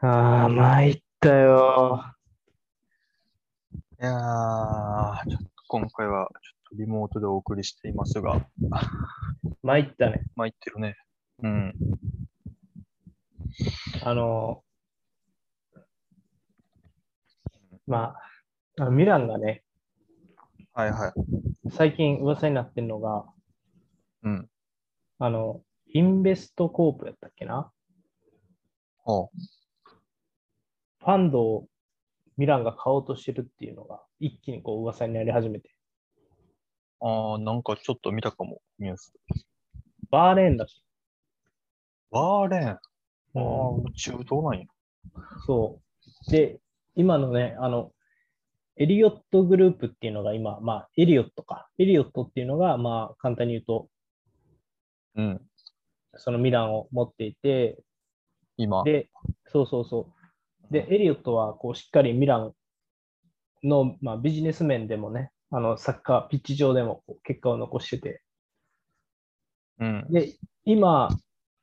ああ、参ったよ。いやー、ちょっと今回はちょっとリモートでお送りしていますが、参ったね。参ってるね。うん。あの、まあ、あのミランがね、はいはい。最近噂になってるのが、うん。あの、インベストコープやったっけなほう。ファンドをミランが買おうとしてるっていうのが、一気にこう噂になり始めて。あー、なんかちょっと見たかも、ニュース。バーレーンだし。バーレーン。あうー、中東なんや。んそう。で、今のね、あの、エリオットグループっていうのが今、まあ、エリオットか。エリオットっていうのが、まあ、簡単に言うと、うん。そのミランを持っていて、今。で、そうそうそう。で、エリオットはこうしっかりミランの、まあ、ビジネス面でもね、あのサッカー、ピッチ上でもこう結果を残してて、うん。で、今、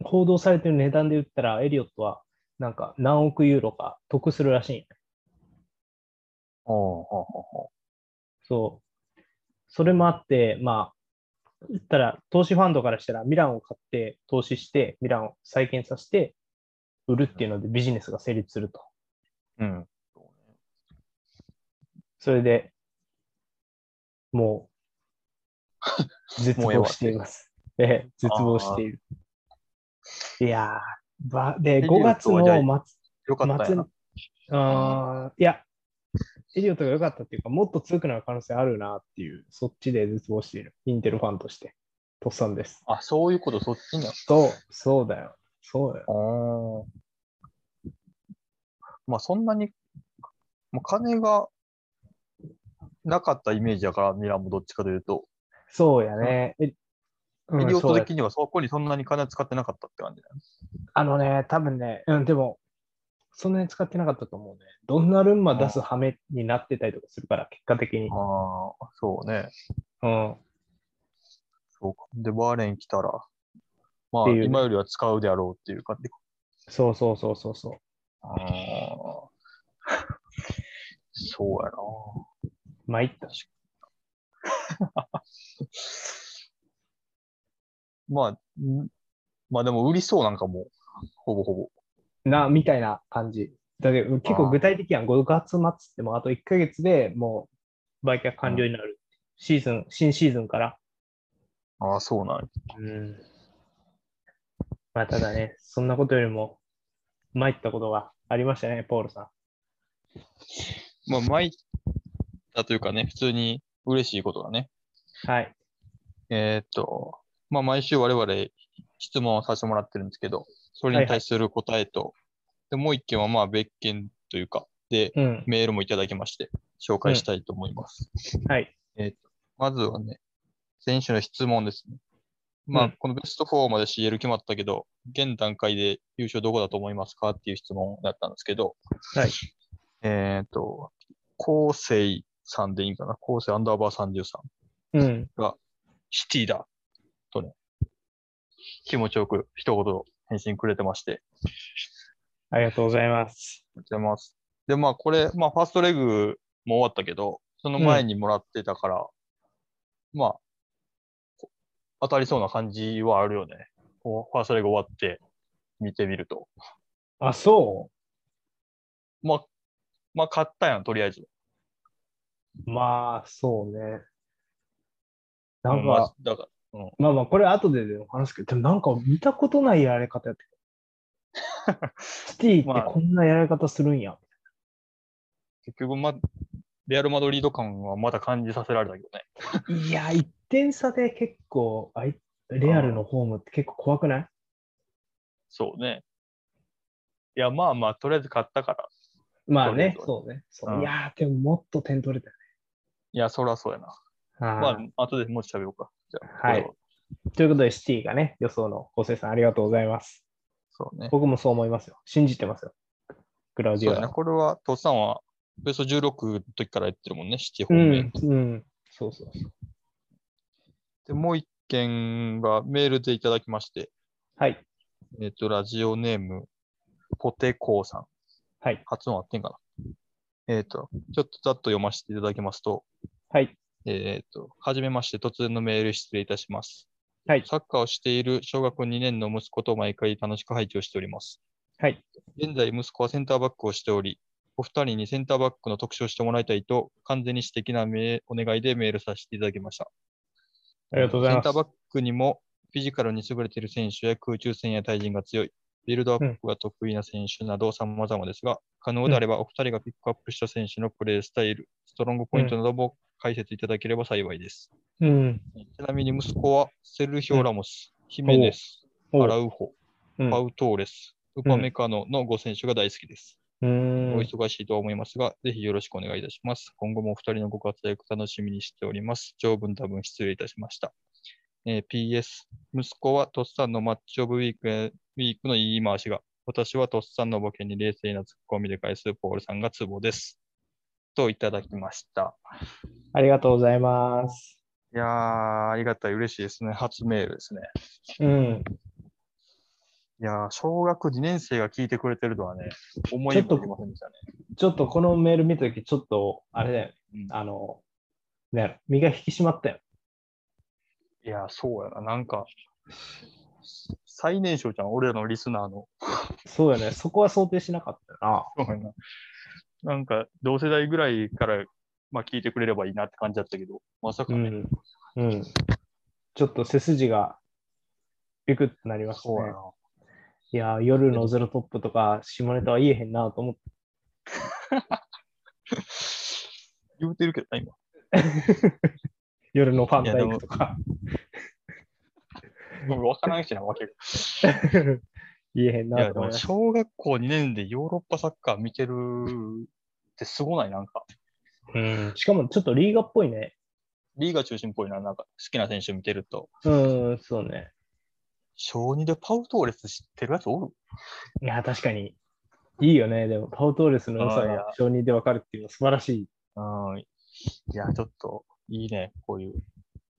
報道されてる値段で言ったら、エリオットはなんか何億ユーロか得するらしいんやほうほうほうほそう。それもあって、まあ、言ったら投資ファンドからしたら、ミランを買って投資して、ミランを再建させて、売るっていうのでビジネスが成立すると。う。うん。それでもう、絶もうええ望わしています。ええ、絶望している。いやーば、で、リ5オッ月トはじゃあのよかった末、やな末。あーいや、エリオットが良かったっていうか、もっと強くなる可能性あるなっていう、そっちで絶望している。インテルファンとして。とっさんです。あ、そういうこと、そっちにあそう、そうだよ。そうだよ。ー。まあ、そんなに、もう金がなかったイメージやから、ミランもどっちかというと。そうやね。えうん医療そうとや的にはそこにそんなに金使ってなかったって感じだよね。あのね、多分ね、うん、でも、そんなに使ってなかったと思うね。どんなルンマ出す羽目になってたりとかするから、結果的に。ああ、そうね。うん。そうか。で、バーレン来たら、っまあ、ていうね今よりは使うであろうっていう感じか。そうそうそうそうそう。ああ。 そうやまいった。な。まあ、んまあでも売りそうなんかもう、ほぼほぼ。な、みたいな感じ。だけど、結構具体的やん。5月末ってもうあと1ヶ月でもう売却完了になる。シーズン、新シーズンから。ああ、そうなんやうん。まあ、ただね、そんなことよりも、参ったことがありましたね、ポールさん。まあ、参ったというかね、普通に嬉しいことがね。はい。えーっと、まあ、毎週我々質問をさせてもらってるんですけど、それに対する答えと、でもう一件はまあ別件というか、で、うん。メールもいただきまして、紹介したいと思います。はい。まずはね、選手の質問ですね。まあ、うんこのベスト4まで CL 決まったけど、現段階で優勝どこだと思いますかっていう質問だったんですけど、はい。えーっと、昴生さんでいいんかな昴生アンダーバー33。うん。シティだとね、気持ちよく一言返信くれてまして、ありがとうございます。ありがとうございます。で、まあこれ、まあファーストレグも終わったけど、その前にもらってたから、まあ、こ当たりそうな感じはあるよね。こうファーストレグ終わって見てみると。あ、そまあ、まあ勝ったやん、とりあえず。うまあ、そうね。なうんんまあか、、だから、まあまあ、これ後ででも話すけど、でもなんか見たことないやられ方や って。シティってこんなやられ方するんや。結局、まあ、レアル・マドリード感はまだ感じさせられたけどね。いや、1点差で結構、あいレアルのホームって結構怖くないそうね。いや、まあまあ、とりあえず勝ったから。まあね、そそうね。そううんいやー、でももっと点取れたよいや、そらそうやな。ね。まああ、後でもう喋ろうか。じゃあ、はいこれーということで、シティがね、予想の昴生さん、ありがとうございます。そうね。僕もそう思いますよ。信じてますよ。グラウディそうオやな。ラ。これは、父さんは、ベスト16の時からやってるもんね、シティう方面。ん、うん。そうそうそう。で、もう一件がメールでいただきまして、はい。えっ、と、ラジオネーム、ポテコーさん。はい。発音合ってんかな。えっ、と、ちょっとざっと読ませていただきますと、はい。えっ、と、はじめまして、突然のメール失礼いたします。はいサッカーをしている小学2年の息子と毎回楽しく配置をしております。はい。現在、息子はセンターバックをしており、お二人にセンターバックの特集をしてもらいたいと、完全に私的なめお願いでメールさせていただきました。ありがとうございます。センターバックにもフィジカルに優れている選手や空中戦や対人が強い、ビルドアップが得意な選手など様々ですが、可能であればお二人がピックアップした選手のプレースタイル、ストロングポイントなども解説いただければ幸いです。うん。ちなみに息子はセルヒオ・ラモス、ヒメネス、おアうラウホ、うんパウトーレス、ウパメカノの5選手が大好きです。うーおん。忙しいとは思いますが、ぜひよろしくお願いいたします。今後もお二人のご活躍楽しみにしております。長文多分失礼いたしました。えー PS、息子はとっさんのマッチオブウィークへウィークの言い回しが、私はとっさんのボケに冷静なツッコミで返すポールさんがツボです。といただきました。ありがとうございます。いやー、ありがたい、嬉しいですね。初メールですね。うん。いやー、小学2年生が聞いてくれてるとはね、思いもよりませんでしたね。ちょっとこのメール見たとき、ちょっと、あれだよね。うんあの、ね、身が引き締まったよ。いや、そうやな。なんか、最年少じゃん、俺らのリスナーの。 そうよね。そこは想定しなかったよそうやな。なんか、同世代ぐらいから、まあ、聞いてくれればいいなって感じだったけど、まさかな。うね、ん。うん。ちょっと背筋がビクッとなりましたそうね。やな。 いやー、夜のゼロトップとか、下ネタは言えへんなと思って。言うてるけどな、今。夜のファンタイクとか、俺分からんしな、わけが。 言えへんい なや、と思いでも、ました。小学校2年でヨーロッパサッカー見てるってすごない、なんか。うん、しかもちょっとリーガっぽいね。リーガ中心っぽいな、なんか、好きな選手見てると。うん、そうね。小2でパウトーレス知ってるやつおるいや、確かに。いいよね。でも、パウトーレスの良さあーいやが小2でわかるっていうのは素晴らしい。うん。いや、ちょっと、いいね、こういう。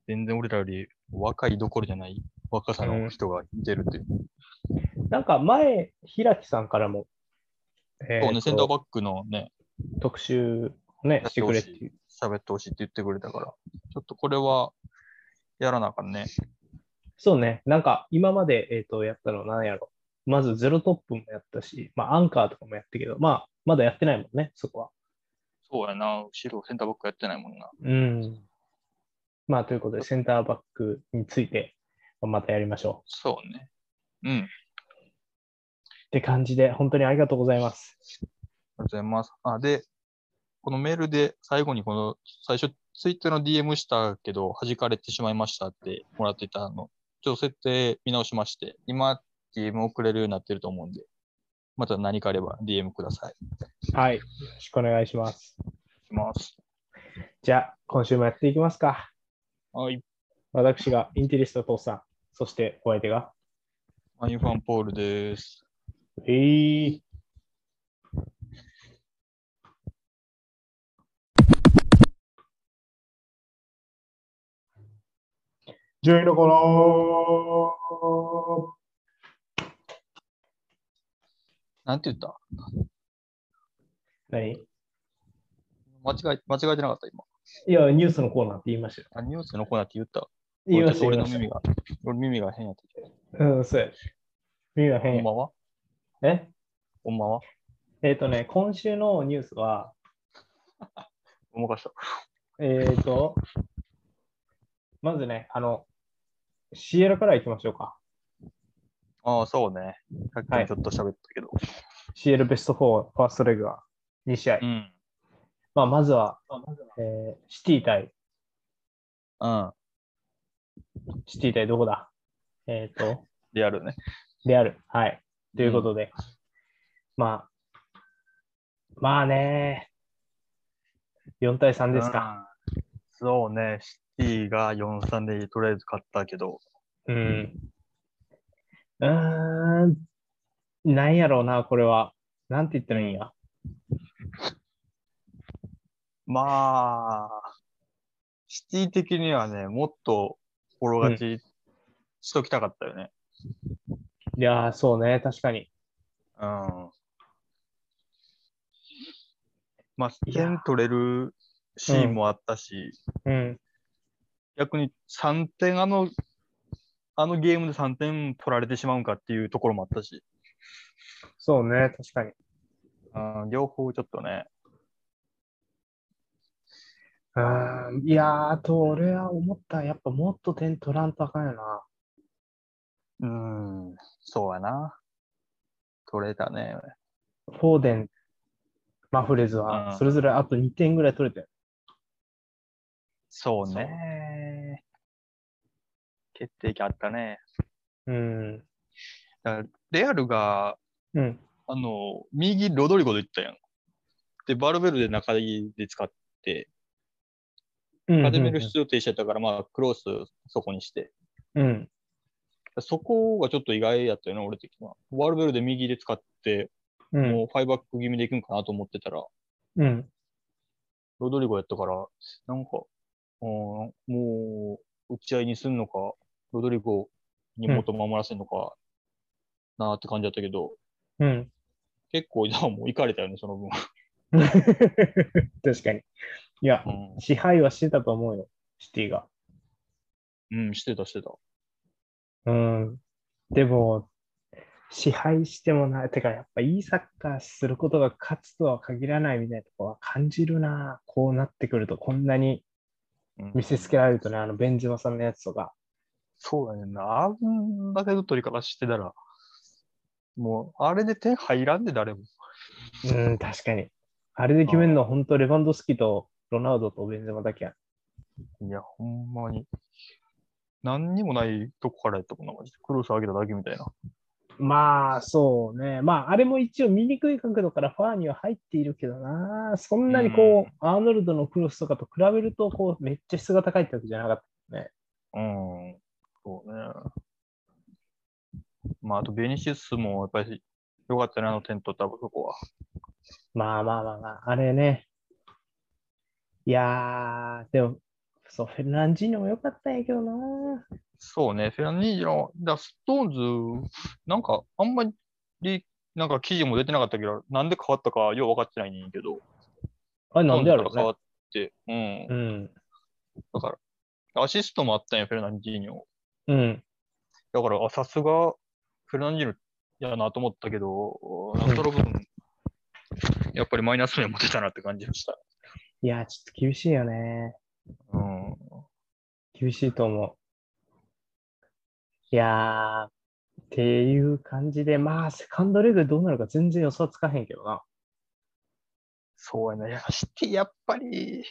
全然俺らより若いどころじゃない若さの人が出るっていう。なんか前、平木さんからも、えーとそうね、センターバックのね、特集をね、してくれっていう。喋ってほしいって言ってくれたから、ちょっとこれは、やらなあかんね。そうね。なんか今まで、えー、とやったの何やろ。まずゼロトップもやったし、まあ、アンカーとかもやったけど、まあ、まだやってないもんね、そこは。そうやな、後ろセンターバックやってないもんな。うん。まあ、ということで、センターバックについて、またやりましょう。そうね。うん。ありって感じで、本当にありがとうございます。がとうございます。あ、で、このメールで最後にこの、最初、ツイッターの DM したけど、弾かれてしまいましたってもらっていたの、ちょっと設定見直しまして、今、DM 送れるようになってると思うんで、また何かあれば DM ください。はい。よろしくお願いします。します。じゃあ、今週もやっていきますか。はい。私がインテリスト父さん、そしてお相手が。マインファンポールです。えー順位のコーナーなんて言った何い間違え、間違えてなかった、今。や、ニュースのコーナーって言いましたよ。あ、ニュースのコーナーって言った。言いました、俺言いまの耳しが、俺耳が変やった。た。うん、そうや。耳が変ほんやま。はえほんまはえっ、とね、今週のニュースは、ごまかした。えっ、と、まずね、あの、シエラから行きましょうか。ああ、そうね。さっきもちょっと喋ったけど。シエラベスト4、ファーストレグは2試合。うん。まあ、まずは、えーシティ対、うん。シティ対どこだえっ、と、リアルね。レアル。はい。ということで、まあ、まあね、4対3ですか。うん。そうね。シティが4-3でとりあえず勝ったけど。うん。うーん、なんやろうな、これは。なんて言ったらいいんや。まあ、シティ的にはね、もっと心勝ちしときたかったよね。いやー、そうね、確かに。うん。まあ、いや点取れるシーンもあったし、うん。逆に3点、あの、あのゲームで3点取られてしまうんかっていうところもあったし、そうね、確かに。うん、両方ちょっとね、うん。いやー、あと俺は思った。やっぱもっと点取らんとあかんよな。うん、そうやな。取れたね。フォーデン、マフレズはうんそれぞれあと2点ぐらい取れてる。そうね。決定機あったね。うん。レアルが、うん。あの、右ロドリゴで行ったやん。で、バルベルで中で使って、うんカデメル出場停止やったから、まあ、クロスそこにして。うん。そこがちょっと意外やったよね、俺的には。バルベルで右で使って、うん。もうファイバック気味で行くんかなと思ってたら、うん。うんロドリゴやったから、なんか、うん、もう、打ち合いにすんのか、ロドリゴにもっと守らせんのか、なーって感じだったけど、うん。 結構、じゃあもう行かれたよね、その分。確かに。いや、う支配はしてたと思うよ、シティが。ん、うん、してた、してた。うん。でも、支配してもない。てか、やっぱいいサッカーすることが勝つとは限らないみたいなとこは感じるな。こうなってくると、こんなにうん見せつけられるとね、あの、ベンジマさんのやつとか。そうやねんな。あんだけの取り方してたら、もう、あれで手入らんで、誰も。うん、確かに。あれで決めるのは、本当レバンドフスキとロナウドとベンゼマだけや。いや、ほんまに。何にもないとこからやったもんな、マジで。クロス上げただけみたいな。まあ、そうね。まあ、あれも一応見にくい角度からファーには入っているけどな。そんなにこう、アーノルドのクロスとかと比べると、こう、めっちゃ質が高いってわけじゃなかっうん。そうね。まあ、あと、ベニシウスも、やっぱり、よかったね、あの点取ったそこは。た。まあまあまあまあ、あれね。いやー、でも、そう、フェルナンジーニョも良かったんやけどな。そうね、フェラニージの、だストーンズ、なんか、あんまり、なんか記事も出てなかったけど、なんで変わったか、よう分かってないねんけど。あれなんでやろうストーンズから変わね。って、うん。うん。だから、アシストもあったんや、フェルナンジーニョ。うん。だから、あさすが、フェルナンジーニョやなと思ったけど、んその分、やっぱりマイナス面も出たなって感じました。いやー、ちょっと厳しいよね。うん。厳しいと思う。いやー、っていう感じで、まあ、セカンドレグどうなるか全然予想はつかへんけどな。そうやな、いやシティ、やっぱり、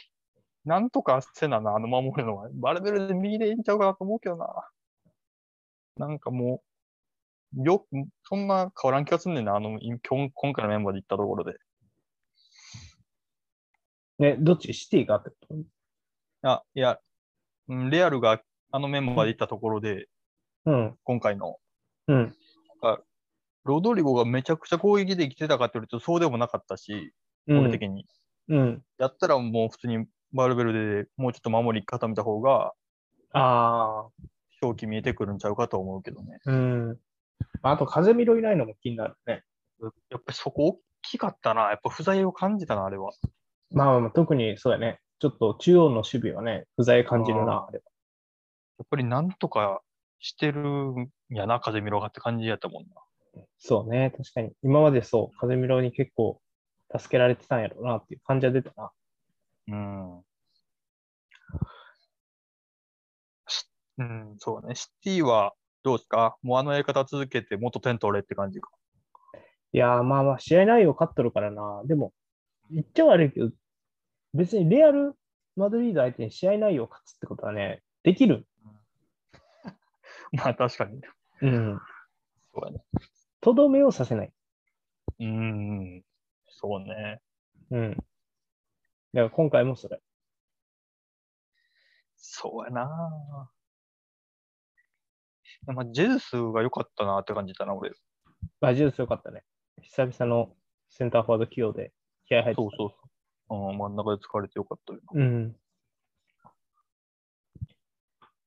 なんとかせなな、あの守るのは。バルベルで右でいいんちゃうかなと思うけどな。なんかもう、よく、そんな変わらん気がすんねんな、あの、今日今回のメンバーで行ったところで。ね、どっちシティがってことあ、いや、うんレアルがあのメンバーで行ったところで、うん、今回の、うん、ロドリゴがめちゃくちゃ攻撃できてたかって言うと、そうでもなかったし、う俺ん、的に。うん。やったらもう普通にバルベルでもうちょっと守り固めた方が、あ勝機見えてくるんちゃうかと思うけどね。あ、うん。まああと、風見ろいないのも気になるね。やっぱりそこ大きかったな。やっぱ不在を感じたな、あれは。まあまあまあ、特にそうやね。ちょっと中央の守備はね、不在感じるな、あれは。やっぱりなんとかしてるんやな、風見ろがって感じやったもんな。そうね、確かに。今までそう、風見ろに結構助けられてたんやろうなっていう感じは出たな。うん。しうん、そうね。シティはどうですかもうあのやり方続けて、もっと点取れって感じか。 いやー、まあまあ、試合内容勝っとるからな。でも、言っちゃ悪いけど、別にレアル・マドリード相手に試合内容勝つってことはね、できる。まあ確かに。うん。そうやね。とどめをさせない。うん。そうね。うん。だから今回もそれ。そうやな。まあ、ジェズスが良かったなって感じたな、俺。バジルスよかったね。久々のセンターフォワード起用で気合入ってたそうそうそう。うん、真ん中で疲れてよかったよな。うん。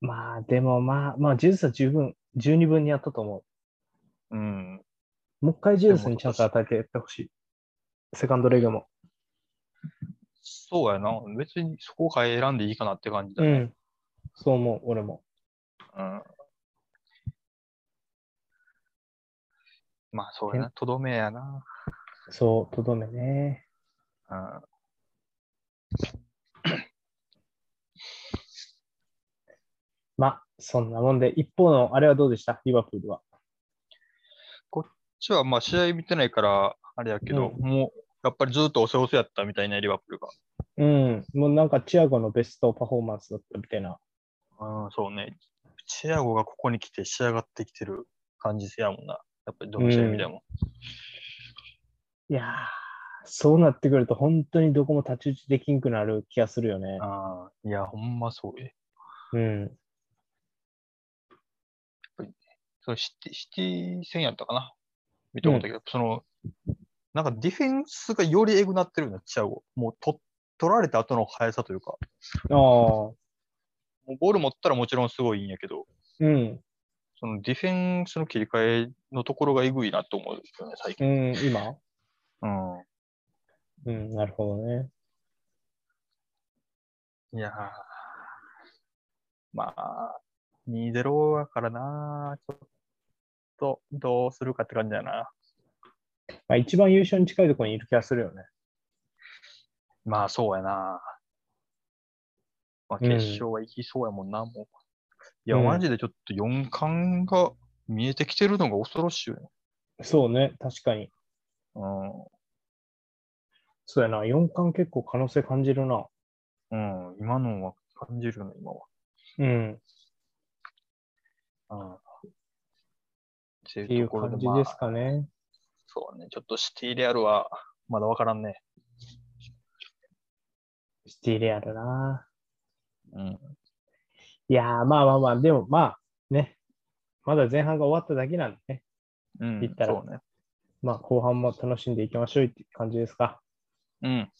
まあ、でもまあ、まあ、ジュースは十分、十二分にやったと思うん。う。もう一回ジュースにチャンス与えてやってほしい。セカンドレグも。そうやな。別にそこから選んでいいかなって感じだうね。ん。そう思う、俺も。うん。まあ、そうやな。とどめやな。そう、とどめね。うん。まあ、そんなもんで、一方のあれはどうでしたリバプールは。こっちはまあ試合見てないから、あれやけど、うもう、やっぱりずっとおせおせやったみたいな、リバプールが。うん。もうなんか、チアゴのベストパフォーマンスだったみたいな。うん、そうね。チアゴがここに来て仕上がってきてる感じやもんな。やっぱりどの試合見ても。いやー、そうなってくると、本当にどこも太刀打ちできんくなる気がするよね。ああ、いや、ほんまそう。えうん。そのシティ、シティ戦やったかな見て思ったけど、その、なんかディフェンスがよりエグなってるよね、チアゴ。もうと取られた後の速さというか、ああ、もうボール持ったらもちろんすごいいいんやけど、うん。そのディフェンスの切り替えのところがエグいなと思うよね、最近。うん、今うん。うん、なるほどね。いやー、まあ、2-0やからな、ちょっとどうするかって感じだな。まあ、一番優勝に近いところにいる気がするよね。まあ、そうやな。まあ、うん決勝は行きそうやもんな、もう。いや、うんマジでちょっと4冠が見えてきてるのが恐ろしいよね。そうね、確かに。そうやな、4冠結構可能性感じるな。うん。うん、今のは感じるよね、今は。うん、うん。ってっていう感じまあですかね。そうね。ちょっとシティレアルはまだわからんね。シティレアルな。うん。いやー、まあまあまあ、でもまあ、ね。まだ前半が終わっただけなんでね。うん、行ったらそうね。まあ、後半も楽しんでいきましょうっていう感じですか。うん。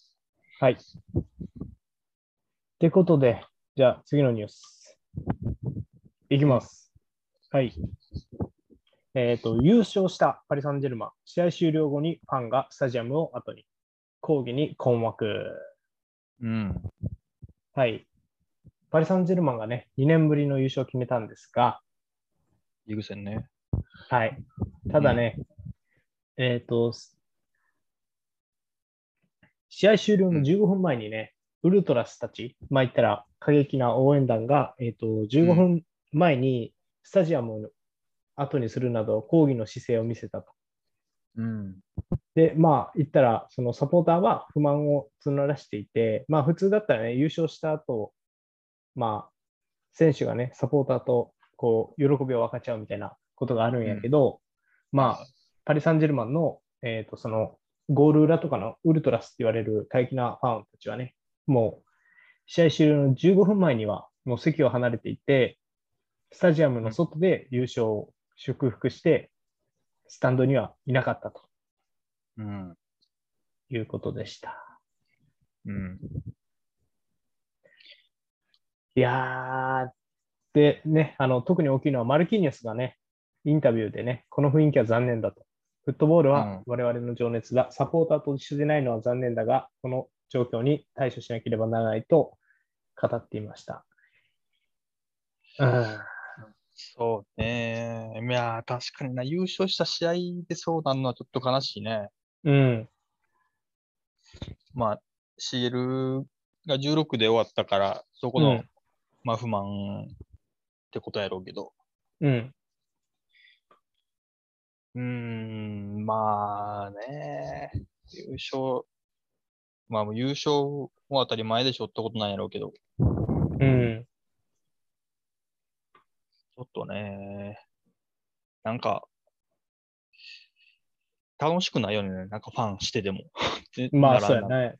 はい。ってことで、じゃあ次のニュース。いきます。はい。えっ、と、優勝したパリ・サンジェルマン、試合終了後にファンがスタジアムを後に、抗議に困惑。うん。はい。パリ・サンジェルマンがね、2年ぶりの優勝を決めたんですが、リーグ戦ね。はい。ただね、えっ、と、す試合終了の15分前にね、ウルトラスたち、まあ言ったら過激な応援団が、えっ、と、15分前にスタジアムを後にするなど、抗議の姿勢を見せたと。うん。で、まあ言ったら、そのサポーターは不満を募らしていて、まあ普通だったらね、優勝した後、まあ、選手がね、サポーターとこう喜びを分かち合うみたいなことがあるんやけど、まあ、パリ・サンジェルマンの、えっとそのゴール裏とかのウルトラスって言われる過激なファンたちはね、もう試合終了の15分前にはもう席を離れていて、スタジアムの外で優勝を祝福して、スタンドにはいなかったとうん。いうことでした。うん。いやー、でね、あの特に大きいのはマルキーニョスがね、インタビューでね、この雰囲気は残念だと。フットボールうんは我々の情熱だ、サポーターと一緒でないのは残念だが、この状況に対処しなければならないと語っていました。うん、そうね。いやー、確かにな、優勝した試合でそうなんのはちょっと悲しいね。うん、まあ、CL が16で終わったから、そこの、うんまあ、不満ってことやろうけど。うん、うーん、まあね。優勝、まあ、優勝も当たり前でしょってことなんやろうけど、ちうん、ょっとね、なんか、楽しくないよね。なんかファンしてでも。 でまあ、なそうらやんなね。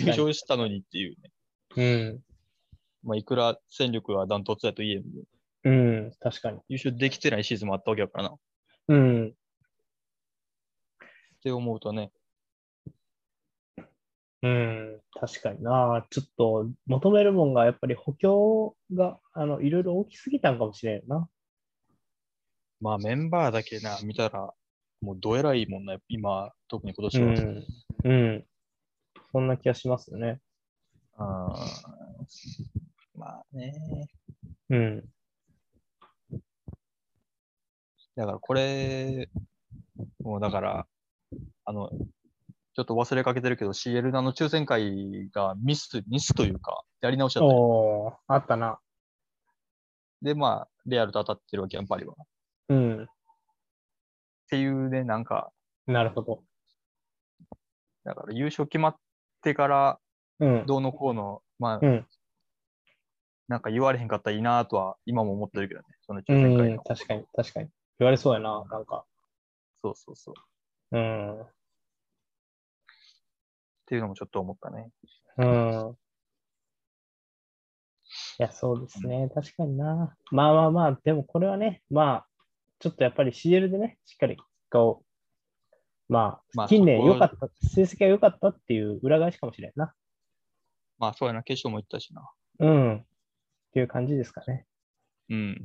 確かに。勝したのにっていうね。うん、まあ、いくら戦力がダントツだといえ、うん、確かに。優勝できてないシーズンもあったわけやからな。っうん、て思うとね。うん、確かにな。ちょっと求めるもんがやっぱり補強があのいろいろ大きすぎたんかもしれんよな。まあ、メンバーだけな、見たら、もうどえらいもんな、今、特に今う年は。ん。うん。そんな気がしますよね。あーまあね。うん。だからこれ、もうだから、あの、ちょっと忘れかけてるけど、CL のあの抽選会がミス、ミスというか、やり直しちゃったよ。おー、あったな。で、まあ、レアルと当たってるわけやん、パリは。っうん。ていうね、なんか、なるほど。だから優勝決まってから、うん。どうのこうの、まあ、うんなんか言われへんかったらいいなとは、今も思ってるけどね、その抽う選会の。ん、確かに、確かに。言われそうやな、なんか。そうそうそう。っうん。ていうのもちょっと思ったね。うん。いや、そうですね。確かにな。まあまあまあ、でもこれはね、まあ、ちょっとやっぱり CL でね、しっかり結果を、ままあ、あ近年そこ良かった、成績が良かったっていう裏返しかもしれんな。まあ、そうやな、決勝も行ったしな。うん。っていう感じですかね。うん。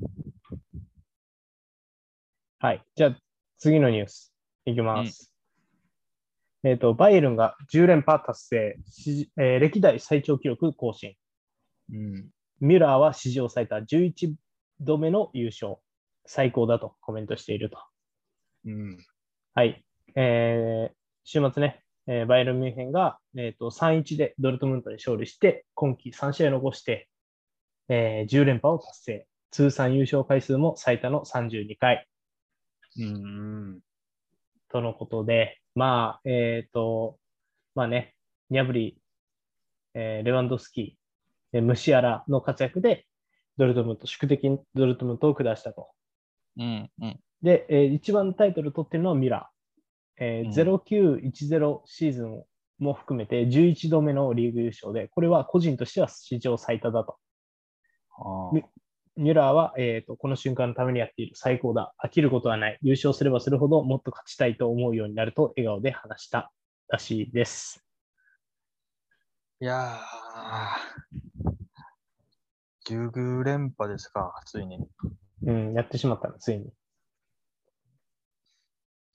はい。じゃあ、次のニュースいきます。えっ、と、バイエルンが10連覇達成、史えー歴代最長記録更新。うん。ミュラーは史上最多11度目の優勝、最高だとコメントしていると。うん。はい。えー週末ね、えーバイエルン・ミュンヘンが、えー、と3-1でドルトムントに勝利して、今季3試合残して、えー10連覇を達成。通算優勝回数も最多の32回うん。とのことで、まあ、えっ、と、まあね、ニャブリ、えーレワンドフスキー、えームシアラの活躍で、ドルトムント、宿敵ドルトムントを下したと。うん。うん。で、えー一番タイトル取ってるのはミラー。えー0910シーズンも含めて11度目のリーグ優勝で、これは個人としては史上最多だと。あみミュラーは、えー、とこの瞬間のためにやっている最高だ。飽きることはない。優勝すればするほどもっと勝ちたいと思うようになると笑顔で話したらしいです。いやー、19連覇ですか、ついに。うん、やってしまったの、ついに。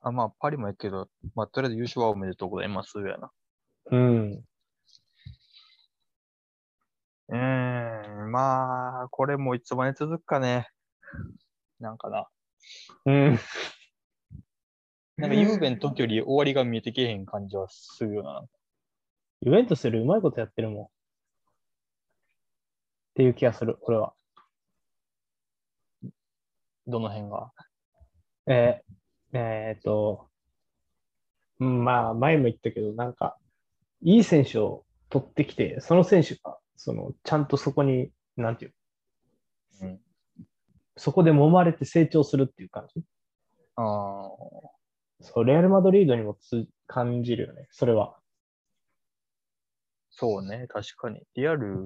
あ、まあ、パリもやけど、まあ、とりあえず優勝はおめでとうございます、やな。うん、うーん、まあ、これもいつまで続くかね。なんかな。うん、なんか、ゆうべの時より終わりが見えてけえへん感じはするよな。イベントするうまいことやってるもん。っていう気がする、これは。どの辺が。えーえーっと、うんまあ、前も言ったけど、なんか、いい選手を取ってきて、その選手が、その、ちゃんとそこに、なんていう、うんそこで揉まれて成長するっていう感じ。あそう、レアル・マドリードにもつ感じるよね、それは。そうね、確かに。リアル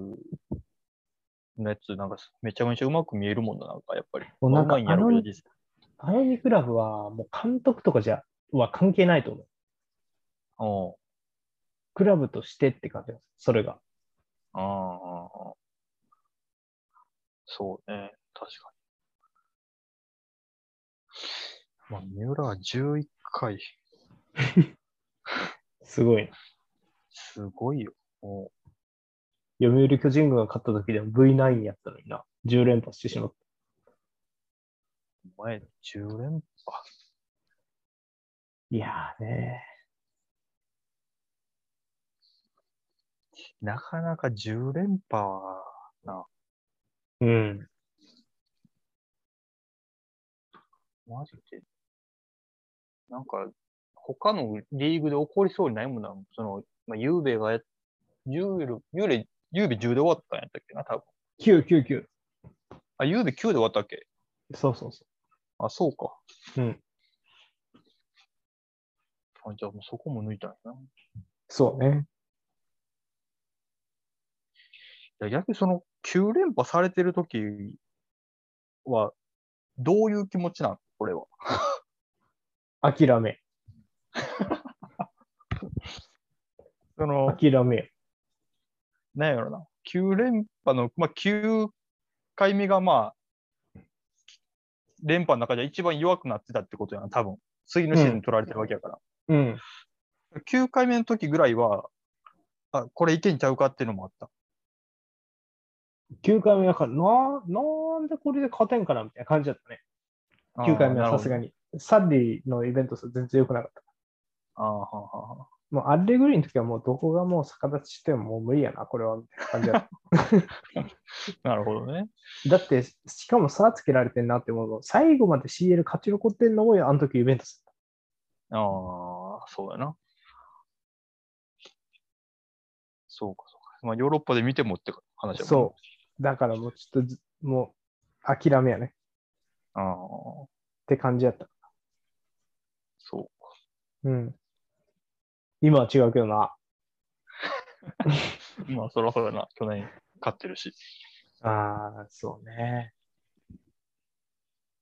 のやつ、なんか、めちゃめちゃうまく見えるもんだ、なんか、やっぱり。もうなんかまあ上手いんやろうあのけど実際あの2クラブは、もう監督とかじゃ、は関係ないと思う。うん。クラブとしてって感じです、それが。ああ。そうね。確かに。まあ、三浦は11回。すごいね。すごいよ。も読売巨人軍が勝った時でも V9 やったのにな。10連覇してしまった。う、お前、10連覇。いやーねなかなか10連覇は、うん。マジで。なんか、他のリーグで起こりそうにないもんな。その、まあ、ゆうべがや、ゆうべ、ゆうべ、ゆうべ10で終わったんやったっけな、多分。 9、9、9。あ、ゆうべ9で終わったっけそうそうそあ、そうか。う。うん。あじゃあもうそこも抜いたんやな。そうね。いや逆にその9連覇されてる時は、どういう気持ちなのこれは。諦め。その、諦めよ。なんやろな。9連覇の、まあ、9回目がまあ、連覇の中で一番弱くなってたってことやな、多分。次のシーズン取られてるわけやから。うん。 9回目の時ぐらいは、あ、これいけんちゃうかっていうのもあった。 9回目だから、な、なんでこれで勝てんかなみたいな感じだったね。9回目はさすがに。に。サッディのイベント数全然良くなかった。あーはーはーはもうアレグリーの時はもうどこがもう逆立ちしてももう無理やな、これは、みたいな感じだ っーなるほどね。た。だって、しかも差つけられてんなって思うの。最後まで CL 勝ち残ってんのも、あの時イベント数。ああ、そうだな。そうか、そうか。まあ、ヨーロッパで見てもって話だもんねそだからもうちょっとず、もう諦めやね。っああ、て感じやった。そうか。うん。今は違うけどな。まあ、そらそうだな。去年勝ってるし。ああ、そうね。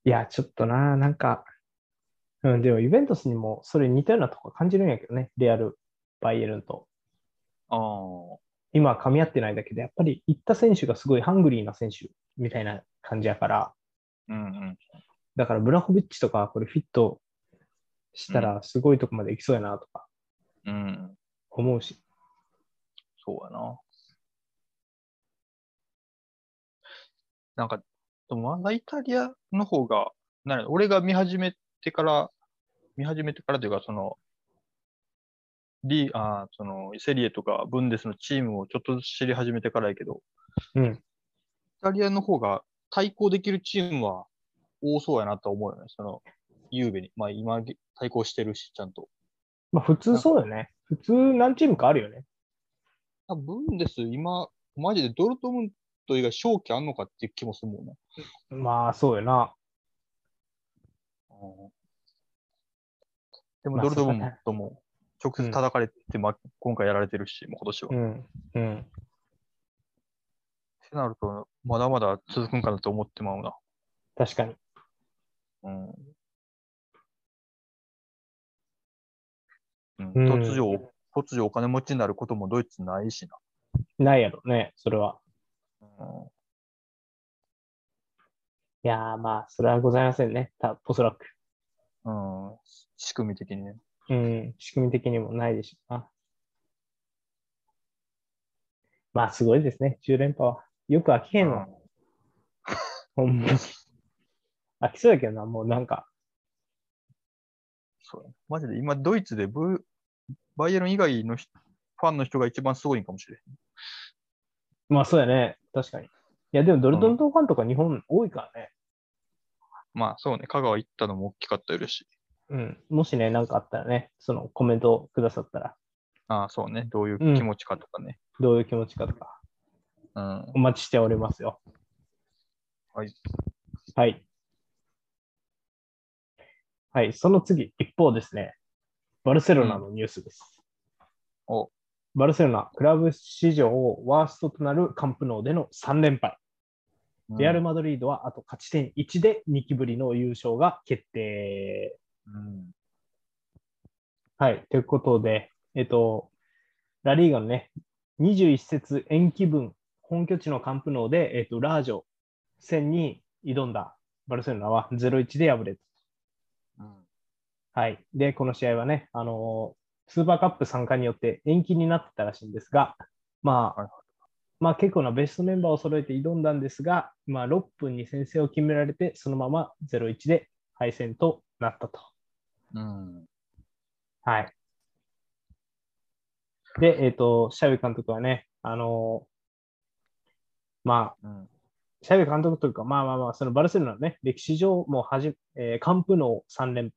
いや、ちょっとな、なんか、うん、でも、ユベントスにもそれ似たようなとこ感じるんやけどね、レアル、バイエルンと。ああ、今は噛み合ってないだけで、やっぱり行った選手がすごいハングリーな選手みたいな感じやから、うんうん。だからブラホビッチとかこれフィットしたらすごいとこまで行きそうやなとかうんうん、思うし、そうやな。なんか、でもまだイタリアの方が、なんや俺が見始めてから、見始めてからというか、その、リー、あーその、セリエとかブンデスのチームをちょっとずつ知り始めてからやけど、うん、イタリアの方が対抗できるチームは多そうやなと思うよね。その、ゆうべに。まあ今、対抗してるし、ちゃんと。まあ普通そうよね。普通何チームかあるよね。あブンデス、今、マジでドルトムント以外勝機あんのかっていう気もするもんな。まあそうよな。でまもあドルトムントも直接叩かれて、ま今回やられてるし、もう今年は。うっん、うん。てなると、まだまだ続くんかなと思ってまうな。確かに。うん。うんうん突如、突如お金持ちになることもドイツないしないやろね、それは。な。うんいやーまあ、それはございませんね。たおそらく。うん、仕組み的にね。うん、仕組み的にもないでしょうな。まあ、すごいですね、10連覇は。よく飽きへんわ、ほんま。 飽きそうやけどな、もうなんか。そうやマジで今、ドイツでブバイエルン以外の人ファンの人が一番すごいんかもしれん。まあ、そうやね、確かに。いや、でもドルトムントファンとか日本多いからね。まあそうね、香川行ったのも大きかったよりし。うん、もしね、なんかあったらね、そのコメントくださったら、ああ、そうね、どういううん気持ちかとかね。どういう気持ちかとか、うん。お待ちしておりますよ。はい。はい。はい、その次、一方ですね、バルセロナのニュースです。おバルセロナ、クラブ史上ワーストとなるカンプノーでの3連敗。レアル・マドリードはあと勝ち点1で2期ぶりの優勝が決定。うん。はい、ということで、えっと、ラリーガのね、21節延期分、本拠地のカンプノーで、えっと、ラージョ戦に挑んだバルセロナは0-1で敗れた。うんはい。で、この試合はね、あのースーパーカップ参加によって延期になってたらしいんですが、まあ、はいまあ結構なベストメンバーを揃えて挑んだんですが、まあ6分に先制を決められて、そのまま0-1で敗戦となったと。うん。はい。で、えっ、と、シャビ監督はね、あのーまあ、うん。シャビ監督というか、まあまあまあ、そのバルセロナのね、歴史上もうはじ、えーカンプの3連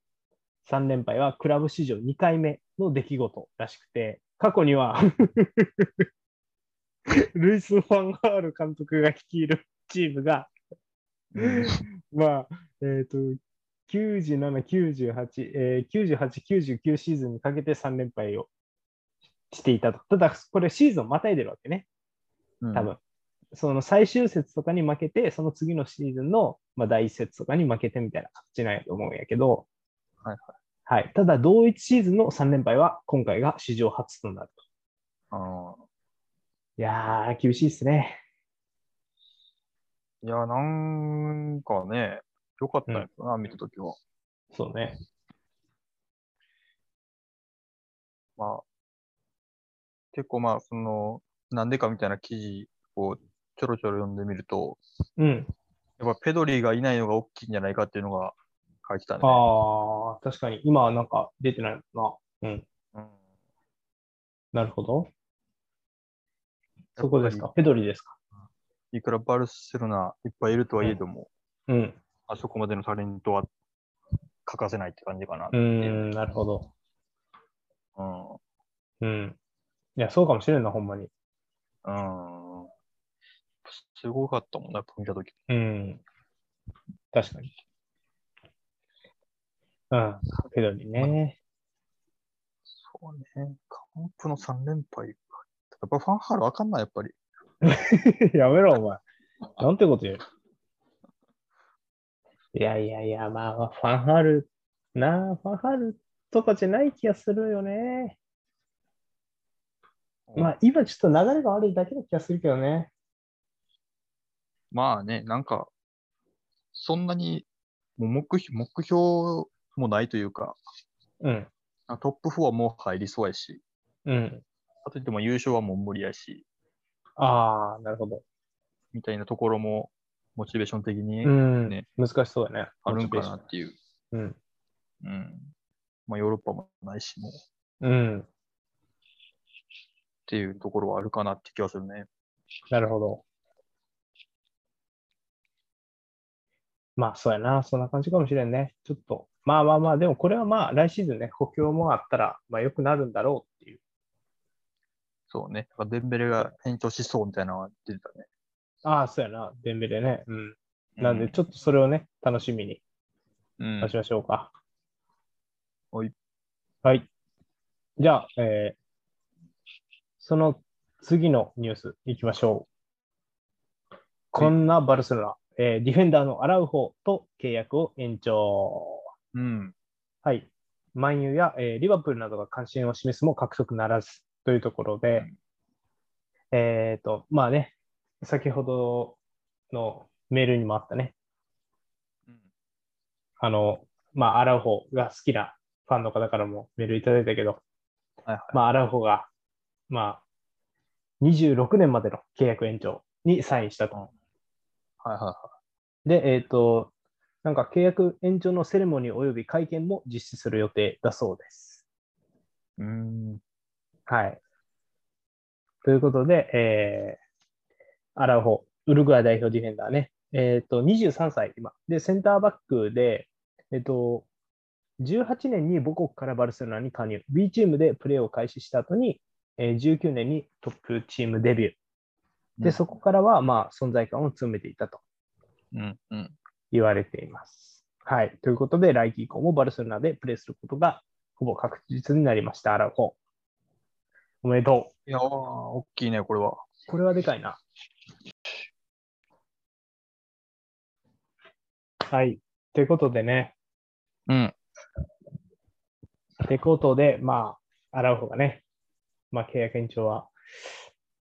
三連敗はクラブ史上2回目の出来事らしくて、過去には ルイス・ファンガール監督が率いるチームが、うんまあ、えっ、と、97、98、えー、98、99シーズンにかけて3連敗をしていたと。ただ、これシーズンをまたいでるわけね。うん多分、その最終節とかに負けて、その次のシーズンの、まあ、第1節とかに負けてみたいな感じなんやと思うんやけど、はいはいただ、同一シーズンの3連敗は今回が史上初となると。あいやー、厳しいですね。ーいや、なんかね、よかったんやけどな、見たときは。そうね。まあ、結構まあ、その、なんでかみたいな記事をちょろちょろ読んでみると、うん。やっぱペドリがいないのが大きいんじゃないかっていうのが書いてたね。ああ、確かに。今はなんか出てないな。うん。うんなるほど。そこですか。ペドリですか。いくらバルセロナいっぱいいるとはいえども、うん。あそこまでのタレントは欠かせないって感じかな。うーん、なるほど。ううん。ん。いや、そうかもしれんな、ほんまに。うん。すごかったもんな、やっぱ見たとき。うん。確かに。うん。ペドリね。そうね。カンプの3連敗。やっぱファンハールあかんない、やっぱり。 やめろ、お前。なんてこと言う。いやいやいや、まあ、ファンハール、なあ、ファンハールとかじゃない気がするよね。まあ、今ちょっと流れが悪いだけな気がするけどね。まあね、なんか、そんなにもう目標目標もないというか、うん。あトップ4はもう入りそうやし、うん。あといっても優勝はもう無理やし、ああ、なるほど。みたいなところも、モチベーション的にうん。ね難しそうだね。あるんかなっていう。うん。うん。まあ、ヨーロッパもないし、もう、っうん。ていうところはあるかなって気がするね。なるほど。まあ、そうやな。そんな感じかもしれんね。ちょっと。まあまあまあ、でもこれはまあ、来シーズンね、補強もあったら、まあ、良くなるんだろうっていう。そうね。やっぱデンベレが延長しそうみたいなのが出てたね。ああ、そうやな。デンベレね。うん。うなんで、、ちょっとそれをね、楽しみにうん出しましょうか。はい。はい。じゃあ、えーその次のニュースいきましょう。こんなバルセロナ、えーディフェンダーのアラウホと契約を延長。うん。はい。マンユや、えーリバプールなどが関心を示すも獲得ならずというところで、えっ、と、まあね、先ほどのメールにもあったね、うんあの、まあ、アラウホが好きなファンの方からもメールいただいたけど、はいはいまあ、アラウホが、まあ、26年までの契約延長にサインしたと。はいはいはで、えっ、と、なんか契約延長のセレモニー及び会見も実施する予定だそうです。い。うん。はい。ということで、えー、アラウホ、ウルグアイ代表ディフェンダーね。えっ、と、23歳、今。で、センターバックで、えっ、と、18年に母国からバルセロナに加入。B チームでプレーを開始した後に、えー19年にトップチームデビュー。で、そこからは、まあ、存在感を詰めていたとうん。うん。言われています。はい。ということで、来季以降もバルセロナでプレーすることが、ほぼ確実になりました、アラウホ。おめでとう。いやー、大きいね、これは。これはでかいな。はい。ということでね、うん。てことで、まあ、アラウホがね、まあ、契約延長は、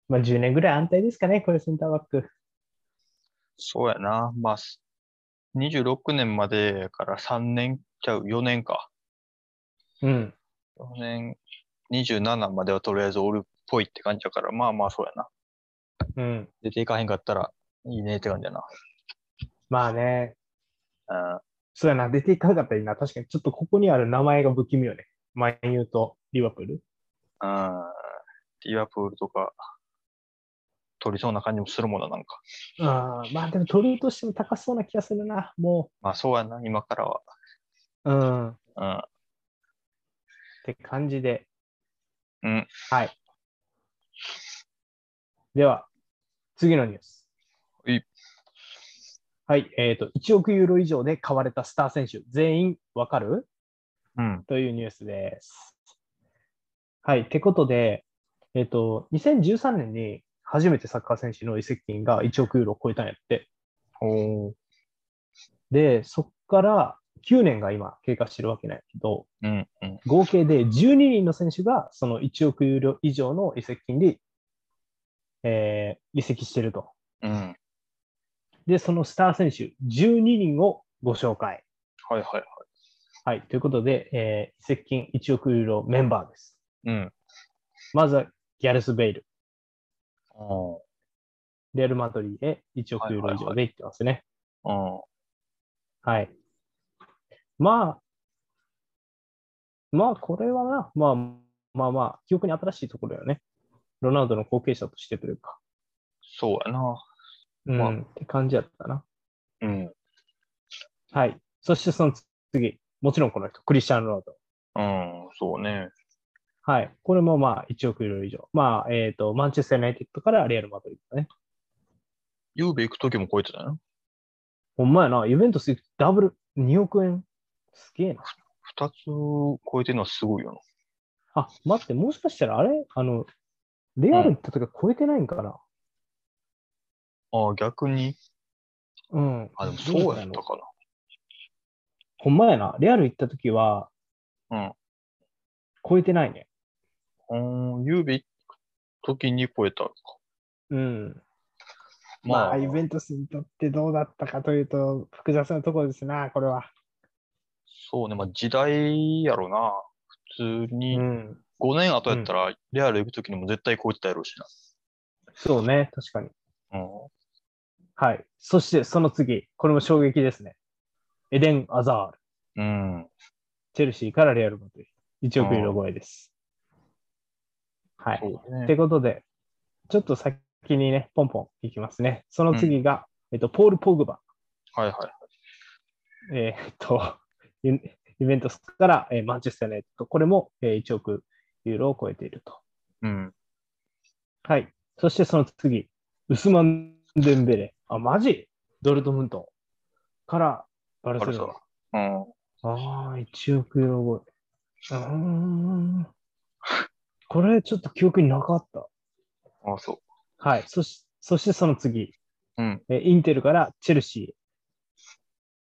まあ、10年ぐらい安泰ですかね、これセンターバック。そうやな。まあ、す26年までやから3年ちゃう、4年か。うん。 4年、27まではとりあえずおるっぽいって感じやから、まあまあそうやな。うん。出ていかへんかったらいいねって感じやな。まあね、うん。そうやな、出ていかなかったらいいな。確かに、ちょっとここにある名前が不気味よね。マンユーとリバプール。うん。リバプールとか、取りそうな感じもするもんな、なんか。あーまあ、でも、取りとしても高そうな気がするな、もまあそうやな、今からは。う。うん。っうん。て感じで。うん。はい。では、次のニュース。はい。はい。えっ、と、1億ユーロ以上で買われたスター選手、全員わかるうん。というニュースです。はい。ってことで、えっ、と、2013年に初めてサッカー選手の移籍金が1億ユーロを超えたんやって。おー。で、そこから9年が今経過してるわけないけど、うん。うん。合計で12人の選手がその1億ユーロ以上の移籍金で、えー移籍してると。うん。はいで、そのスター選手12人をご紹介。はいはい。はい、ということで、えー移籍金1億ユーロメンバーです。うん。まずはギャレス・ベイル。おーレアル・マドリーへ1億ユーロ以上で行ってますね。うん。はい。まあ、まあ、これはな、まあまあまあ、記憶に新しいところだよね。ロナウドの後継者としてというか。そうやな。うん、まあって感じやったな。うん。うん。はい。そしてその次、もちろんこの人、クリスチャン・ロナウド。そうね。はい。これもまあ、1億ユーロ以上。まあ、えっ、と、マンチェスター・ユナイテッドからレアル・マドリードね。ゆうべ行くときも超えてたよ。ほんまやな、イベントスダブル2億円。すげえな。二つ超えてるのはすごいよあ、待って、もしかしたらあれあの、レアル行った時は超えてないんかな、な。ああ、逆に。うん。あ、でもそうやったどかほんまやな。レアル行った時は、うん。超えてないね。な。うん、ゆうべ行くときに超えたのか。うん。まあ、ントスにとってどうだったかというと、複雑なところですな、これは。そうね。まあ、時代やろな。普通うに。ん。 5年後やったら、レアル行くときにも絶対超えてたやろうしそうね、確かに。な。うん。はい。そして、その次。これも衝撃ですね。エデン・アザール。うん。チェルシーからレアル・マドリード。1億ユーロ超えです。はい。そうねってことで、ちょっと先にね、ポンポンいきますね。その次が、えっと、ポール・ポグバ。はいはい。えーっと、ユユベントスから、えーマンチェスター・ユナイテッド。これも、えー1億ユーロを超えていると。うん。はい。そしてその次、ウスマン・デンベレ。あ、マジドルトムントからバルセロナ。うん。ああ、1億ユーロ超え。うーん。これちょっと記憶になかった。ああ、そう。はい。そしそしてその次、うんえーインテルからチェルシ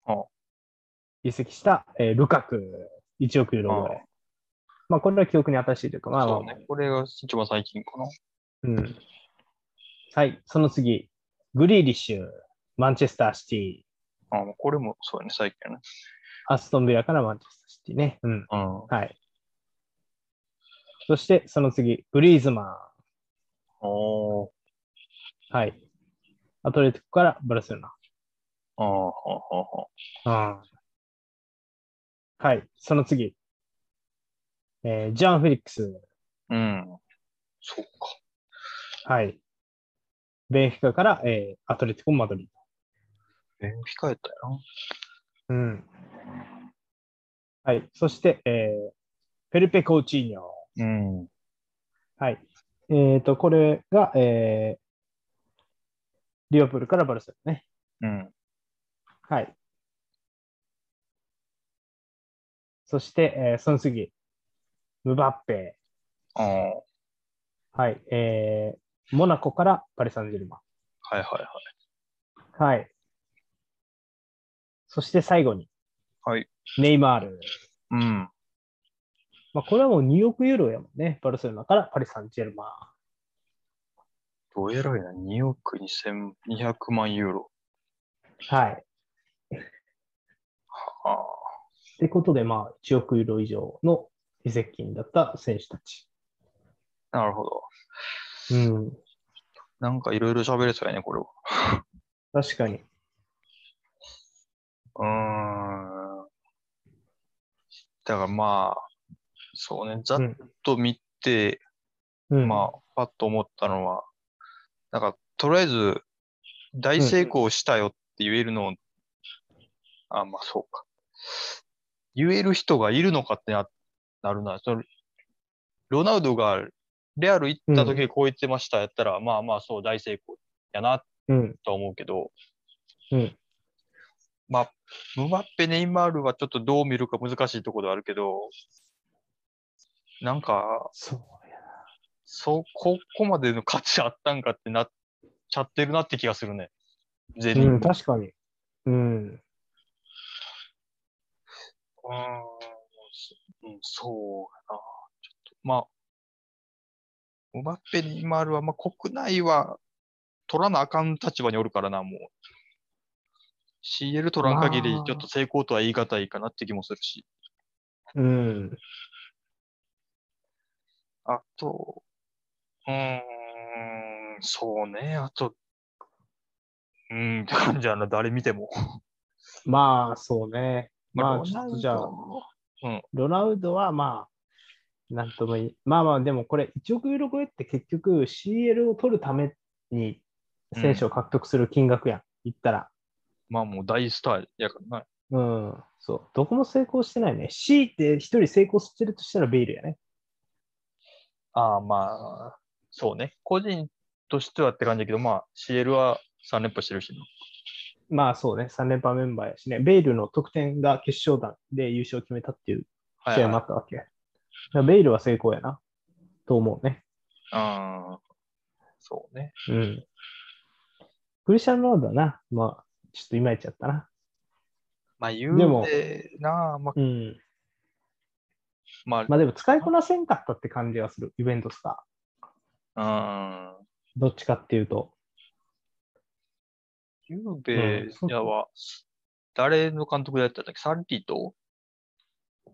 ーあ移籍した、えールカク、1億ユーロ超え。まあ、これは記憶に新しいというか、まあまそあうまあ、ね。これが一番最近かな。うん。はい。その次、グリーリッシュ、マンチェスターシティ、あまあこれもそうやね、最近やね。アストンビラからマンチェスターシティね。うん。うん。はい。そして、その次、グリーズマン。おーはい。アトレティコからバルセロナ。あーはあはあははい、その次。えージャン・フェリックス。あうん。そうか。はい。ベンフィカから、えーアトレティコ・マドリーえンフィカやったよド。うん。はい。そして、えーフェルペ・コーチーニョ。な。うん。はい。えっ、と、これが、えーリオプールからバルセロナね。うん。はい。そして、えーその次。ムバッペ。ああ。はいはい。えー、モナコからパリ・サンジェルマはいはい。ン。はい。そして最後に、はい。ネイマール。うん。まあ、これはもう2億ユーロやもんね。バルセロナからパリ・サンジェルマン。どえらいな。2億2200万ユーロ。はい。っああ。てことで、まあ、1億ユーロ以上の移籍金だった選手たち。なるほど。うん。なんかいろいろ喋れそうやね、これは。確かに。うーん。だからまあ、そうね、ざっうんと見て、うん。まあ、パッと思ったのは、なんか、とりあえず、大成功したよって言えるの、あ、まあ、そうか。言える人がいるのかってななるな。そのロナウドがレアル行った時こう言ってましたやったら、まあまあ、そう、大成功やなうん。とは思うけど、うん。まあ、ムバッペ、ネイマールはちょっとどう見るか難しいところではあるけど、なんか、そうや。そ、ここまでの価値あったんかってなっちゃってるなって気がするね。全う員。うんん、確かに。うん。そうん、そうやな。ちょっと、まあ、ムバッペに今あるは、まあ、国内は取らなあかん立場におるからな、もう。CL 取らん限りまあ、ちょっと成功とは言い難いかなって気もするし。うん。あと、うーん、そうね。あと、うん、って感じやな、誰見ても。まあ、そうね。まあ、ロちナょっウとドじゃあ、ロナウドはまあ、なんともいい。まあまあ、でもこれ、1億ユーロ超えって結局 CL を取るために選手を獲得する金額やん。言ったら。まあもう大スターやからな。うん。そう。どこも成功してないね。C って一人成功してるとしたらベイルやね。ああ、まあ、そうね。個人としてはって感じだけど、まあ CL は3連覇してるしな。まあそうね。3連覇メンバーやしね。ベイルの得点が決勝弾で優勝を決めたっていう試合もあったわけ。だからベイルは成功やな。と思うね。ああ、そうね。うん。クリスチャン・ロナウドはな。まあ、ちょっといまいちやったな。まあ言うでもてなあ、まあ、うん。ままあでも使いこなせんかったって感じがする、イベントスが。あ、うん。どっちかっていうと。ゆうべうんやは、誰の監督でやったんだっけサッリーと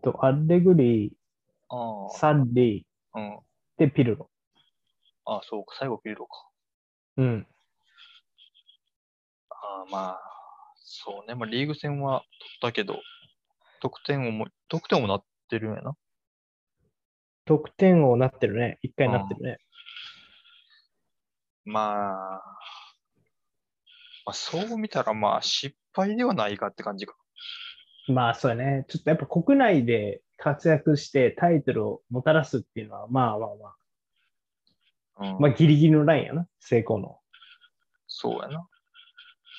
とアレグリあー、サッリーあ、うん。でピルロ。ああ、そうか。最後ピルロか。うん。ああ、まあ、そうね。まあリーグ戦は取ったけど、得点をも、得点をもなってるんやな。得点王なってるね。一回なってるね。まあ、まあ、そう見たらまあ失敗ではないかって感じか。まあそうやね。ちょっとやっぱ国内で活躍してタイトルをもたらすっていうのは、まあまあまうんあ、まあギリギリのラインやな、成功の。そうやな。だか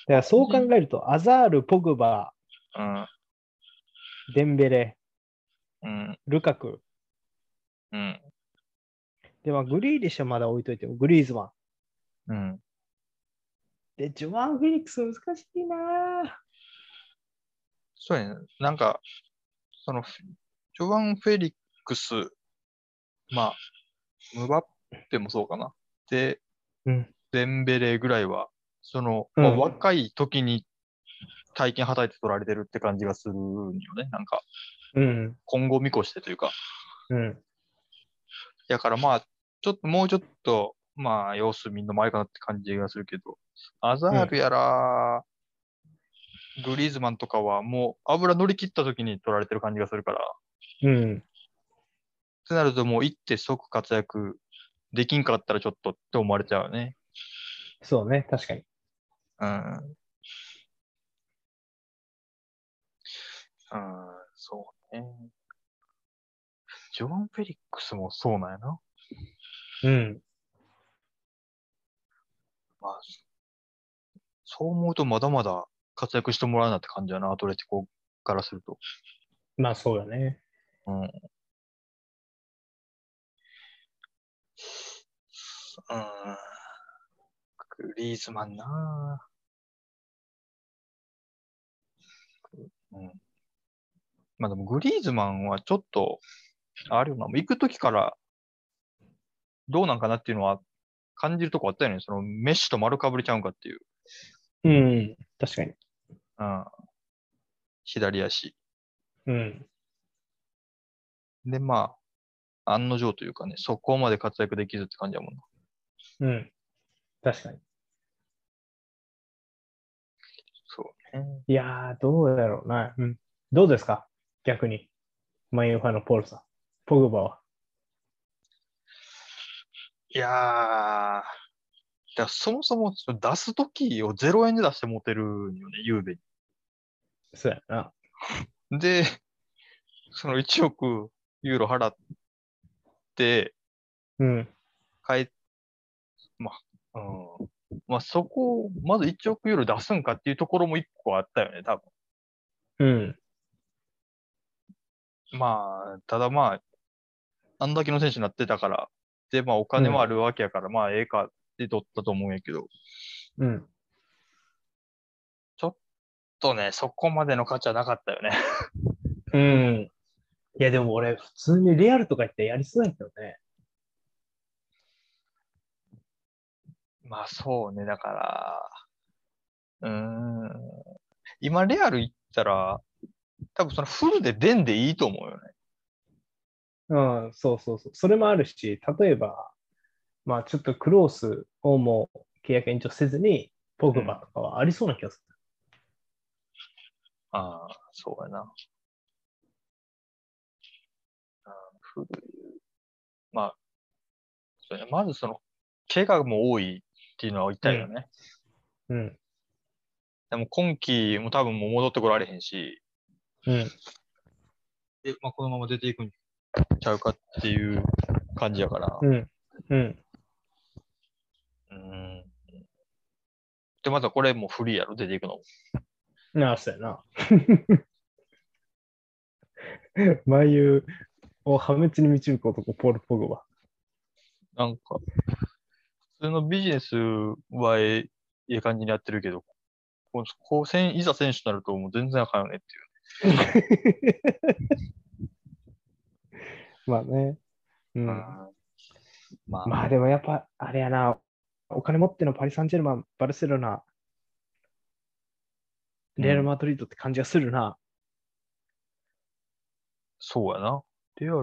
らそう考えると、アザール、ポグバ、デンベレ、うん、ルカク。うん、で、まあグリーリッシュはまだ置いといても、グリーズマン。うん。で、ジョアン・フェリックス難しいなぁそうやね。なんか、その、ジョバン・フェリックス、まあ、ムバッペもそうかな。で、うんデンベレぐらいは、その、うんまあ若い時に体験はたいて取られてるって感じがするんよね。なんか、うん。今後見越してというか。うん。やからまあ、ちょっともうちょっと、まあ、様子見んのもありかなって感じがするけど、アザールやら、グリーズマンとかはもう油乗り切った時に取られてる感じがするから、っうん。てなるともう行って即活躍できんかったらちょっとって思われちゃうよね。そうね、確かに。うん。うん、そうね。ジョン・フェリックスもそうなんやな。うん。まあ、そう思うとまだまだ活躍してもらうなって感じやな、アトレティコからすると。まあそうだね。うん。うん、グリーズマンなうん。まあでもグリーズマンはちょっと、あるよな、もう行くときからどうなんかなっていうのは感じるとこあったよね。そのメッシと丸かぶれちゃうんかっていう。うん。確かに。うん。左足。うん。で、まあ、案の定というかね、そこまで活躍できずって感じだもんな。うん。確かに。そうね。いやー、どうだろうな。うん。どうですか逆に。マインファのポールさん。ポグバは。いやー、だからそもそもその出すときを0円で出して持てるんよね、ゆうべそうやな。に。で、 その1億ユーロ払って、うん。帰っ、まあ、うん。まあそこを、まず1億ユーロ出すんかっていうところも1個あったよね、多分。うん。まあ、ただまあ、あんだけの選手になってたから、で、まあお金もあるわけやから、まあええかって取ったと思うんやけど、ちうょん。っとね、そこまでの価値はなかったよね。うん。いや、でも俺、普通にリアルとか言ってやりそうやけどね。まあそうね、だから、うーん。今、レアル行ったら、多分そのフルで出んでいいと思うよね。うん、そうそうそう。それもあるし、例えば、まあちょっとクロースをもう契約延長せずに、ポグバとかはありそうな気がする。ああ、そうやな。あー古い。まあ、そうやねまずその、怪我も多いっていうのは痛いよね。うん。でも今季も多分もう戻ってこられへんし、うん。でまあ、このまま出ていくんちゃうかっていう感じやから。うん。うん。うん。で、またこれもフリーやろ、出ていくのも。なあ、そうやな。 眉を破滅に導く男、ポール・ポグバ。なんか、普通のビジネスはええええ感じにやってるけど、こうこうせんいざ選手になるともう全然あかんよねっていう。まあね。うん。まあ、まあでもやっぱ、あれやな、お金持ってのパリ・サンジェルマン、バルセロナ、レアル・マドリードって感じがするな。そうやな。レうアル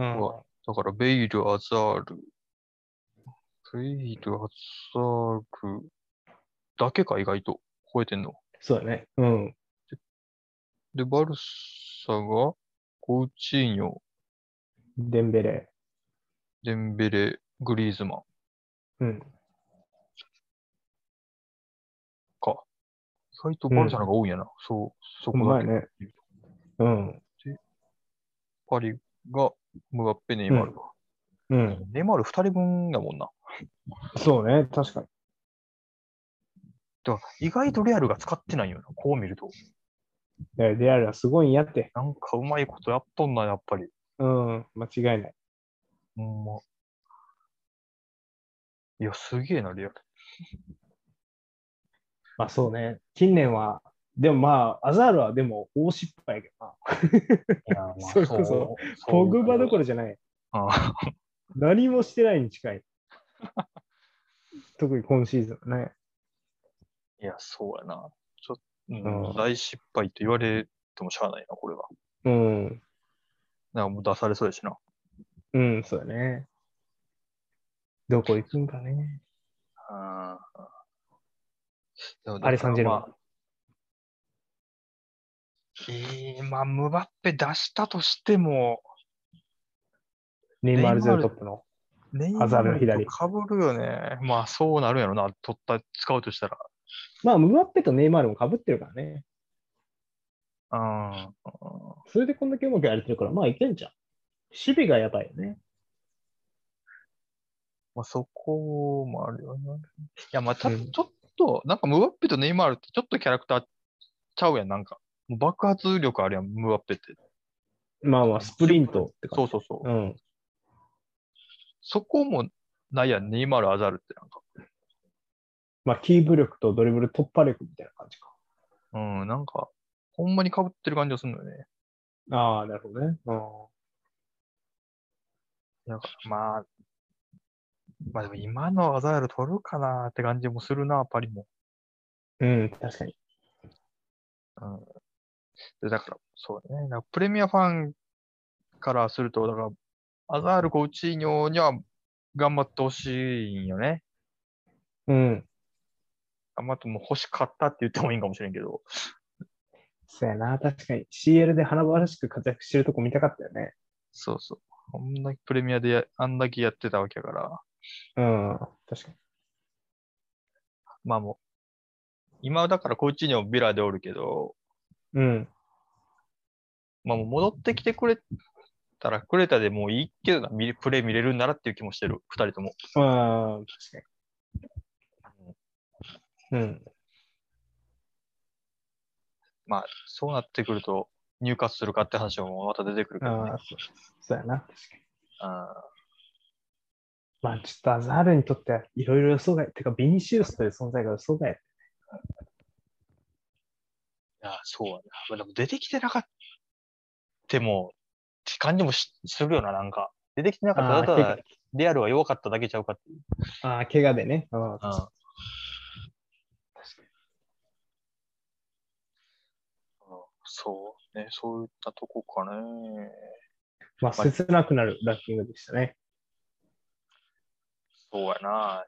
んうわだから、ベイル、アザール。ベイル、アザールだけか、意外と。超えてんの。そうだね。うん。で、バルサが、コウチーニョ、デンベレ。デンベレ、グリーズマンうん。か。意外とバルサの方が多いんやな。そう、そほんこまだやけ。ね。うん。パリが、ムガッペ、ネイマールか。うん。ネイマール2人分やもんな。そうね。確かに。だから意外とレアルが使ってないよな。こう見ると。いやレアルはすごいんやって。なんかうまいことやっとんな、やっぱり。うん。間違いない。ほんま。いや、すげえな、レアル。まあそうね。近年は、でもまあ、アザールはでも大失敗やけどな。いやまあそれこそうポグバどころじじゃない。ゃ。あ何もしてないに近い。特に今シーズンはね。いや、そうやな。ちょううんん、大失敗と言われてもしゃあないな、これは。うん。なんかもう出されそうやしな。うん、そうだね。どこ行くんかね。ああパリサンジェルマンえー、まあ、ムバッペ出したとしても、ネイマールゼネイロマールトップの。ネイアザールの左かぶるよね。まあ、そうなるやろな。取った、使うとしたら。まあ、ムバッペとネイマールも被ってるからね。うん。それでこんだけうまくやれてるから、まあいけんじゃん。守備がやばいよね。まあ、そこもあるよね。いや、まあ、たうちんょっと、なんかムバッペとネイマールってちょっとキャラクターちゃうやん、なんか。もう爆発力あるやん、ムバッペって。まあまあ、スプリントってそ感うじ。そうそう。うん。そこもないやん、ネイマール、アザールってなんか。まあ、キーブ力とドリブル突破力みたいな感じか。うん、なんか、ほんまに被ってる感じがするんだよね。ああ、なるほどね。なんか、まあ、まあでも今のアザール取るかなって感じもするな、パリも。うん、確かに。で、だから、そうね。なんかプレミアファンからすると、だから、アザール、コウチーニョには頑張ってほしいんよね。うん。頑張ってもう欲しかったって言ってもいいんかもしれんけど。そうやな、確かに。CL で華々しく活躍してるとこ見たかったよね。そうそう。こんなプレミアでやあんだけやってたわけやから。うん、確かに。まあもう、今はだからコウチーニョビラでおるけど、うん。まあもう戻ってきてくれたらくれたでもういいけどな、見れプレイ見れるんならっていう気もしてる、二人とも。ああ、確かに。うん。まあ、そうなってくると、入荷するかって話もまた出てくるけどねああ、そうそうやな、確かに。あまあ、ちょっとアザールにとってはいろいろ予想外。てか、ビニシウスという存在が予想外。ーいや、そうやな。まあ、でも出てきてなかったも、って感じもしするよな、なんか。出てきてなかったあらー、ただ、リアルは弱かっただけちゃうかっていう。ああ、怪我でね。あうんあ、そうね、そういったとこかね。まあ、切なくなるランキングでしたね。そうやな。だか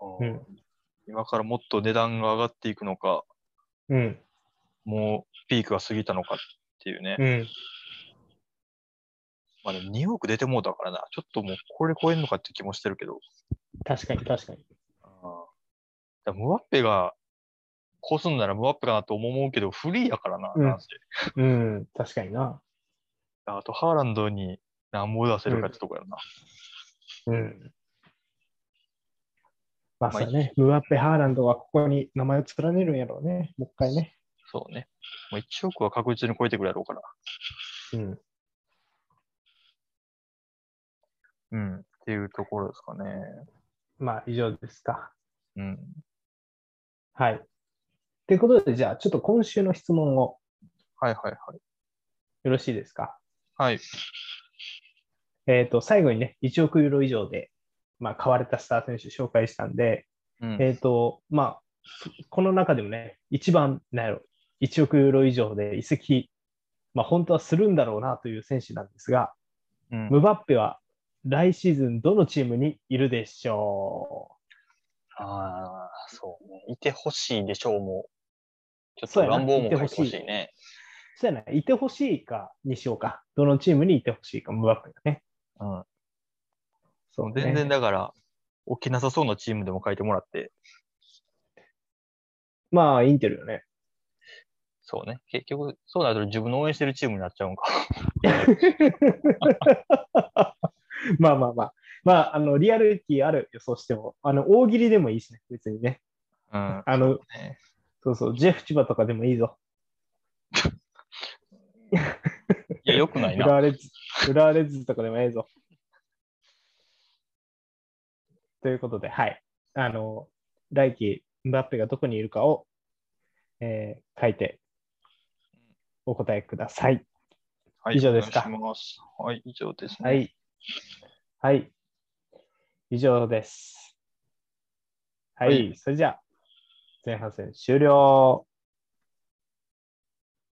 ら、うんい今からもっと値段が上がっていくのか、うん。もうピークが過ぎたのかっていうね。うん。まあでも2億出てもうたからな。ちょっともうこれ超えんのかって気もしてるけど。確かに、確かに。あーだからムワッペが、こうすんならムワッペかなと思うけど、フリーやからな、うんなんせうん。確かにな。あと、ハーランドに何も出せるかってとこやな。うん。まあ、まそあうだね。ムアッペ、ハーランドはここに名前を連ねるんやろうね。もう一回ね。そうね。もう1億は確実に超えてくるやろうから。うん。うん。っていうところですかね。まあ、以上ですか。うん。はい。ということで、じゃあ、ちょっと今週の質問をはいはいはい。よろしいですか。はい。えっ、と、最後にね、1億ユーロ以上で、まあ、買われたスター選手紹介したんで、うん。えっ、と、まあ、そこの中でもね、一番、なんやろ、1億ユーロ以上で移籍、まあ、本当はするんだろうなという選手なんですが、うんムバッペは来シーズンどのチームにいるでしょああ、そうね。いてほしいでしょう、もう。ちょっそとうやな乱暴もいて書ほいしていほしいね。うそうやな、いてほしいかにしようか。どのチームにいてほしいか、ムバッペがね。うん。そうね全然だから、起きなさそうなチームでも書いてもらって、まあ、インテルよね。 そうね。結局、そうなると自分の応援してるチームになっちゃうんか。まあまあまあ。まあ、あの、リアリティある予想しても、あの、大喜利でもいいしね、別にね。うん。あの、ねそうそう、ジェフ千葉とかでもいいぞ。いや、よくな い浦な。和レッズ、浦和レッズとかでもええぞ。ということで、はい。あの、来季、ムバッペがどこにいるかを、えー書いて、お答えください。はい以上ですかお願いしますはい、以上ですね。は。い。はい。以上です。はい。はいそれじゃあ、前半戦終了。